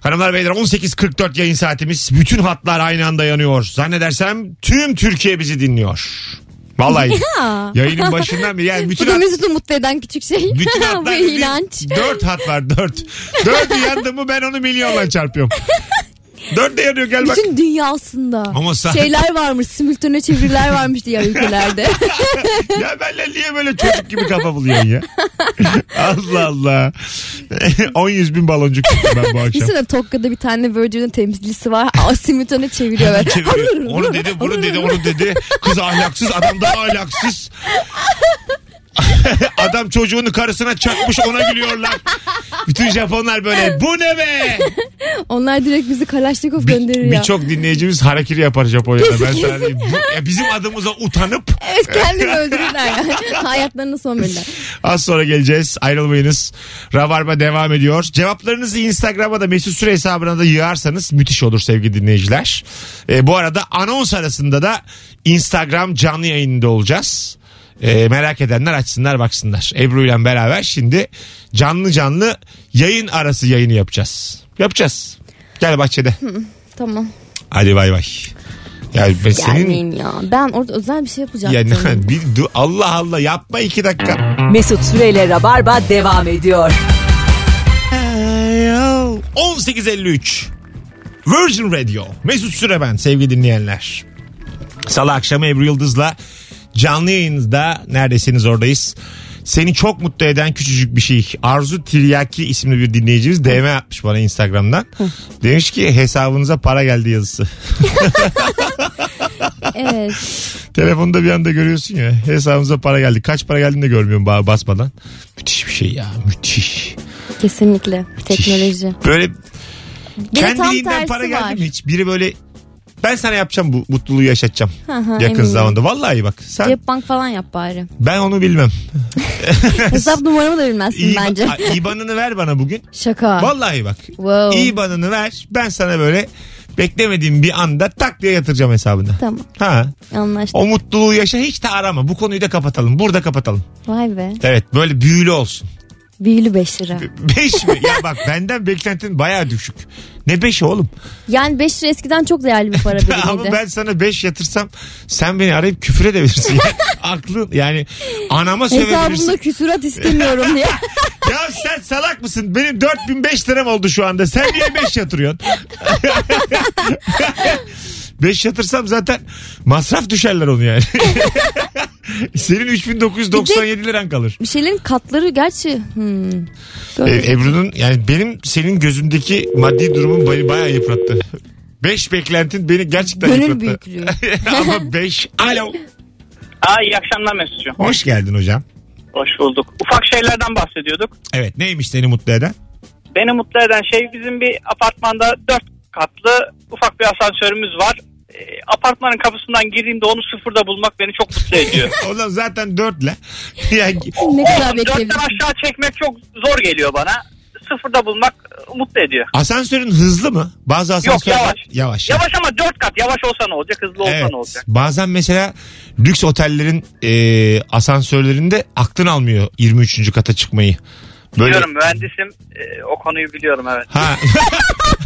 Hanımlar beyler 18.44 yayın saatimiz. Bütün hatlar aynı anda yanıyor. Zannedersem tüm Türkiye bizi dinliyor. Vallahi
Ya.
yayının başından beri yani bütün
Bu da
hat-
Mesut'u mutlu eden küçük şey.
bütün
Bu
hatlar dediğim
iğrenç.
dört hat var dört. Dördü yandı mı ben onu milyonla çarpıyorum. Dört de yanıyor gel bak.
Bütün dünyasında
Ama sen-
şeyler varmış, simültöne çeviriler varmış diğer ülkelerde.
Ya benle niye böyle çocuk gibi kafa buluyorsun ya? Allah Allah. 10 yüz bin baloncuk tuttum ben bu akşam.
Düşünsene Tokka'da bir tane Virgin'in temsilcisi var. Aa, simültöne çeviriyor.
Bir
böyle.
çeviriyor. onu dedi, bunu dedi, onu dedi. Kız ahlaksız, adam daha ahlaksız. adam çocuğunu karısına çakmış ona gülüyorlar. Bütün Japonlar böyle bu ne be?
Onlar direkt bizi Kalaşnikov gönderir
Bir-
ya.
Birçok dinleyicimiz harakiri yapar Japonya'da. Ben
Kesin,
sana diyeyim. Bu- ya bizim adımıza utanıp
Evet kendini öldürürler yani. Hayatlarını son verirler.
Az sonra geleceğiz. Ayrılmayınız. Rabarba devam ediyor. Cevaplarınızı Instagram'a da Mesut Süre hesabına da yığarsanız müthiş olur sevgili dinleyiciler. Ee, bu arada anons arasında da Instagram canlı yayında olacağız. Ee, merak edenler açsınlar baksınlar. Ebru ile beraber şimdi canlı canlı yayın arası yayını yapacağız. Yapacağız. Gel bahçede.
Tamam.
Hadi bay bay. Ya ben senin
Gelmeyin ya. Ben orada özel bir şey yapacaktım.
yani bir du- Allah Allah yapma iki dakika.
Mesut Süreyle Rabarba devam ediyor.
18.53 Virgin Radio Mesut Süre ben sevgili dinleyenler Salı akşamı Ebru Yıldız'la canlı yayınızda neredesiniz oradayız Seni çok mutlu eden küçücük bir şey. Arzu Tiryaki isimli bir dinleyicimiz DM atmış bana Instagram'dan. Demiş ki hesabınıza para geldi yazısı.
Evet.
Telefonda bir anda görüyorsun ya hesabımıza para geldi. Kaç para geldiğini de görmüyorum ba- basmadan. Müthiş bir şey ya müthiş.
Kesinlikle. Teknoloji.
Böyle
Bir de tam
kendiliğinden
tersi
para
var.
geldi mi hiç? Biri böyle ben sana yapacağım bu mutluluğu yaşatacağım.
Hı hı,
Yakın
eminim.
zamanda. Vallahi bak sen
Cep bank falan yap bari.
ben onu bilmem.
Hesap numaramı da bilmezsin
İba-
bence.
A- İBAN'ını ver bana bugün.
Şaka.
Vallahi bak.
Wow.
İBAN'ını ver. Ben sana böyle beklemediğim bir anda tak diye yatıracağım hesabına.
Tamam
Ha.
anlaştık.
O mutluluğu yaşa hiç de arama. Bu konuyu da kapatalım. Burada kapatalım.
Vay be.
Evet böyle büyülü olsun.
Büyülü 5 lira.
5 mi? ya bak benden beklentin baya düşük. Ne 5'i oğlum?
Yani 5 lira eskiden çok değerli bir para
Ama
birimiydi.
ben sana 5 yatırsam sen beni arayıp küfür edebilirsin. Yani aklın yani anama
Hesabımda
sövebilirsin.
küsurat istemiyorum diye.
ya sen salak mısın? Benim 4005 liram oldu şu anda. Sen niye 5 yatırıyorsun? 5 yatırsam zaten masraf düşerler onu yani. Senin 3997 liran kalır.
Bir şeylerin katları gerçi. Hmm. Böyle.
E, Ebru'nun yani benim senin gözündeki maddi durumum beni bayağı yıprattı. 5 beklentin beni gerçekten
Gönül
yıprattı.
büyüklüğü.
Ama 5 alo.
Aa, iyi akşamlar Mesut'cum.
Hoş geldin hocam.
Hoş bulduk. Ufak şeylerden bahsediyorduk.
Evet neymiş seni mutlu eden?
Beni mutlu eden şey bizim bir apartmanda dört katlı ufak bir asansörümüz var. E, apartmanın kapısından girdiğimde onu sıfırda bulmak beni çok mutlu ediyor.
Oğlum zaten dörtle. Yani
Ne kadar
Dörtten
bekleyebilirim.
aşağı çekmek çok zor geliyor bana. Sıfırda bulmak e, mutlu ediyor.
asansörün hızlı mı? Bazı asansörler
yavaş.
Yavaş.
Yavaş ama dört kat yavaş olsa ne olacak hızlı olsa
Evet.
ne olacak.
Bazen mesela lüks otellerin e, asansörlerinde aklın almıyor 23. kata çıkmayı. Böyle
Biliyorum mühendisim e, o konuyu biliyorum evet.
ha.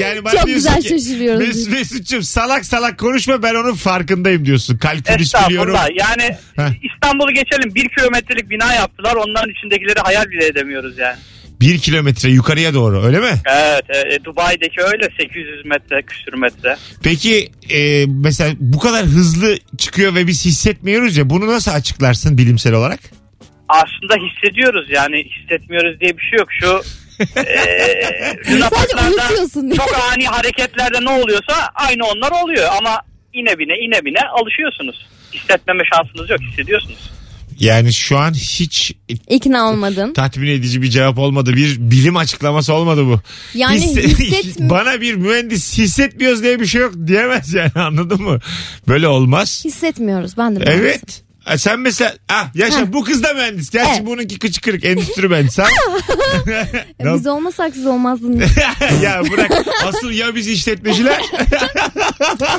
yani bana
Çok
diyorsun
güzel
ki,
şaşırıyoruz.
Mes- Mesut'cum salak salak konuşma ben onun farkındayım diyorsun. Kalkülüs biliyorum.
Estağfurullah yani
Heh.
İstanbul'u geçelim bir kilometrelik bina yaptılar onların içindekileri hayal bile edemiyoruz yani.
Bir kilometre yukarıya doğru öyle mi?
Evet, e, Dubai'deki öyle 800 metre küsür metre.
Peki e, mesela bu kadar hızlı çıkıyor ve biz hissetmiyoruz ya bunu nasıl açıklarsın bilimsel olarak?
Aslında hissediyoruz yani hissetmiyoruz diye bir şey yok. Şu e, Luna
Sadece
Parklarda
unutuyorsun.
çok ani hareketlerde ne oluyorsa aynı onlar oluyor ama ine bine ine bine alışıyorsunuz. Hissetmeme şansınız yok hissediyorsunuz.
Yani şu an hiç
İkna olmadın.
tatmin edici bir cevap olmadı. Bir bilim açıklaması olmadı bu.
Yani hissetmi-
Bana bir mühendis hissetmiyoruz diye bir şey yok diyemez yani anladın mı? Böyle olmaz.
Hissetmiyoruz. Ben de biraz.
Evet. Ha, Sen mesela ah yaşa
Heh.
bu kız da mühendis. Gerçi
Evet.
bununki kıçı kırık endüstri mühendisi. Ha?
E, Biz olmasak siz olmazdınız.
ya bırak. Asıl ya biz işletmeciler.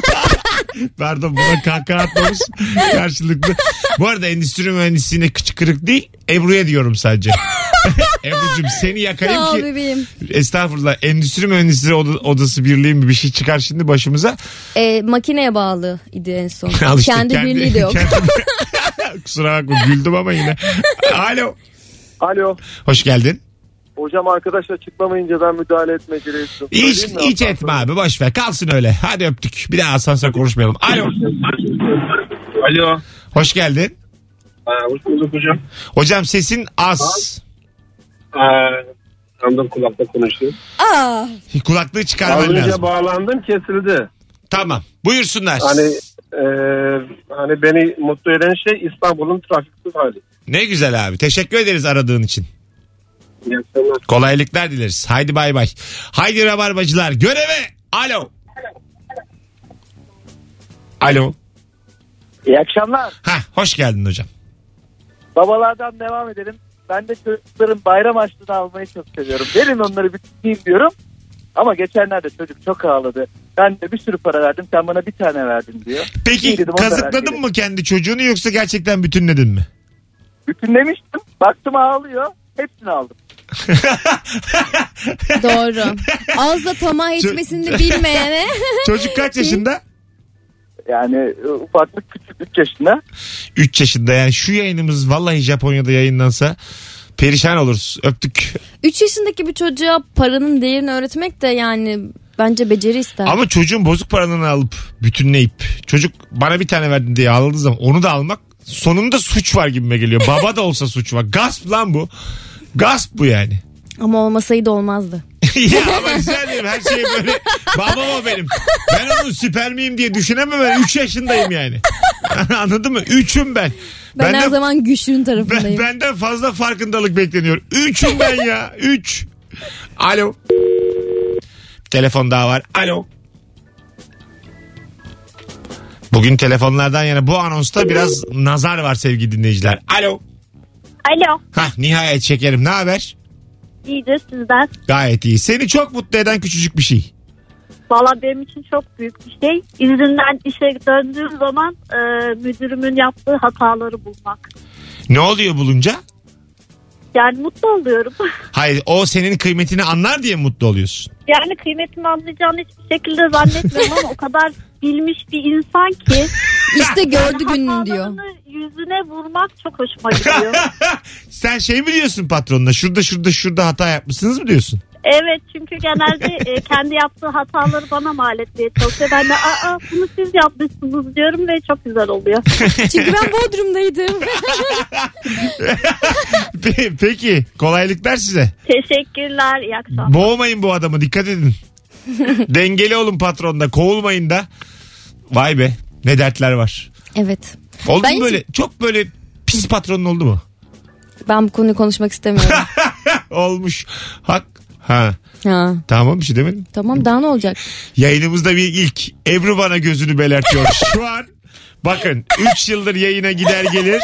Pardon buna kahkaha atmamız karşılıklı. Bu arada endüstri mühendisliğine kıç kırık değil. Ebru'ya diyorum sadece. Ebru'cum seni
Sağ
yakayım
ol
ki.
bebeğim.
Estağfurullah endüstri mühendisleri Oda- odası birliği mi bir şey çıkar şimdi başımıza.
E, makineye bağlı idi en son.
Al işte
kendi, birliği de yok.
kendi- Kusura bakma güldüm ama yine. Alo.
Alo.
Hoş geldin.
Hocam arkadaşla çıkmamayınca ben müdahale etme gereği
Hiç, hiç etme abi boş ver kalsın öyle. Hadi öptük. Bir daha asansör konuşmayalım. Alo.
Alo.
Hoş geldin.
hoş bulduk hocam.
Hocam sesin az.
Sandım kulakta konuşuyor.
Aa,
Kulaklığı
Az
çıkarman
önce
lazım.
bağlandım kesildi.
Tamam. Buyursunlar.
Hani e, hani beni mutlu eden şey İstanbul'un trafiksiz hali.
Ne güzel abi. Teşekkür ederiz aradığın için.
İyi akşamlar.
Kolaylıklar dileriz. Haydi bay bay. Haydi rabarbacılar. Göreve. Alo. Alo.
İyi akşamlar.
Ha hoş geldin hocam.
Babalardan devam edelim. Ben de çocukların bayram açlığını almayı çok seviyorum. Verin onları bitireyim diyorum. Ama geçenlerde çocuk çok ağladı. Ben de bir sürü para verdim sen bana bir tane verdin diyor.
Peki
İyi dedim, o da verdi.
kazıkladın mı kendi çocuğunu yoksa gerçekten bütünledin mi?
Bütünlemiştim. Baktım ağlıyor. Hepsini aldım.
doğru. Ağızda tamah etmesini bilmeyene.
Çocuk kaç yaşında?
Yani e, ufaklık küçük 3 yaşında.
3 yaşında yani şu yayınımız vallahi Japonya'da yayınlansa perişan oluruz. Öptük.
3 yaşındaki bir çocuğa paranın değerini öğretmek de yani bence beceri ister.
Ama çocuğun bozuk paralarını alıp bütünleyip çocuk bana bir tane verdin diye ağladığı zaman onu da almak Sonunda suç var gibime geliyor. Baba da olsa suç var. Gasp lan bu. Gasp bu yani.
Ama olmasaydı olmazdı.
ya ama güzel değil mi? her şey böyle babam o benim. Ben onun süper miyim diye düşünemem. Ben 3 yaşındayım yani. Anladın mı? Üçüm ben.
Ben
Benden-
her zaman güçlünün
ben,
tarafındayım.
benden fazla farkındalık bekleniyor. Üçüm ben ya. Üç. Alo. Telefon daha var. Alo. Bugün telefonlardan yana bu anonsta biraz nazar var sevgili dinleyiciler. Alo.
Alo.
Hah nihayet şekerim ne haber?
İyidir sizden.
Gayet iyi. Seni çok mutlu eden küçücük bir şey.
Valla benim için çok büyük bir şey. İzinden işe döndüğüm zaman e, müdürümün yaptığı hataları bulmak.
Ne oluyor bulunca?
Yani mutlu oluyorum.
Hayır o senin kıymetini anlar diye mi mutlu oluyorsun.
yani kıymetimi anlayacağını hiçbir şekilde zannetmiyorum ama o kadar bilmiş bir insan ki.
İşte gördü gününü diyor.
Hatalarını yüzüne vurmak çok hoşuma gidiyor.
Sen şey mi diyorsun patronuna? Şurada şurada şurada hata yapmışsınız mı diyorsun?
evet çünkü genelde e, kendi yaptığı hataları bana mal etmeye çalışıyor. Ben de aa bunu siz yapmışsınız diyorum ve çok güzel oluyor.
Çünkü ben Bodrum'daydım.
Pe- Peki kolaylıklar size.
Teşekkürler. iyi akşamlar.
Boğmayın bu adamı dikkat edin. Dengeli olun patronda kovulmayın da. Vay be ne dertler var.
evet.
Oldu
Ben
mu
hiç-
böyle çok böyle pis patronun oldu mu?
Ben bu konuyu konuşmak istemiyorum.
Olmuş. Hak. Ha.
ha,
Tamam bir şey demedim.
tamam daha ne olacak?
Yayınımızda bir ilk. Ebru bana gözünü belertiyor. Şu an bakın 3 yıldır yayına gider gelir.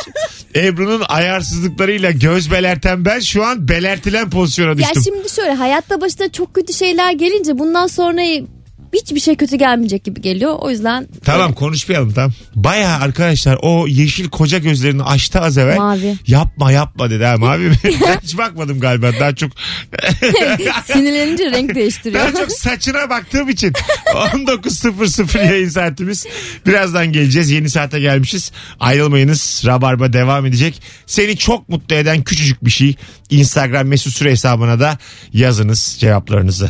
Ebru'nun ayarsızlıklarıyla göz belerten ben şu an belertilen pozisyona
Ya
düştüm.
şimdi şöyle hayatta başına çok kötü şeyler gelince bundan sonra hiçbir şey kötü gelmeyecek gibi geliyor. O yüzden
Tamam konuşmayalım tamam. Baya arkadaşlar o yeşil koca gözlerini açtı az evvel.
Mavi.
Yapma yapma dedi ha mavi mi? Ben hiç bakmadım galiba daha çok
sinirlenince renk değiştiriyor.
daha çok saçına baktığım için 19.00 yayın saatimiz. Birazdan geleceğiz yeni saate gelmişiz. Ayrılmayınız Rabarba devam edecek. Seni çok mutlu eden küçücük bir şey. Instagram mesut süre hesabına da yazınız cevaplarınızı.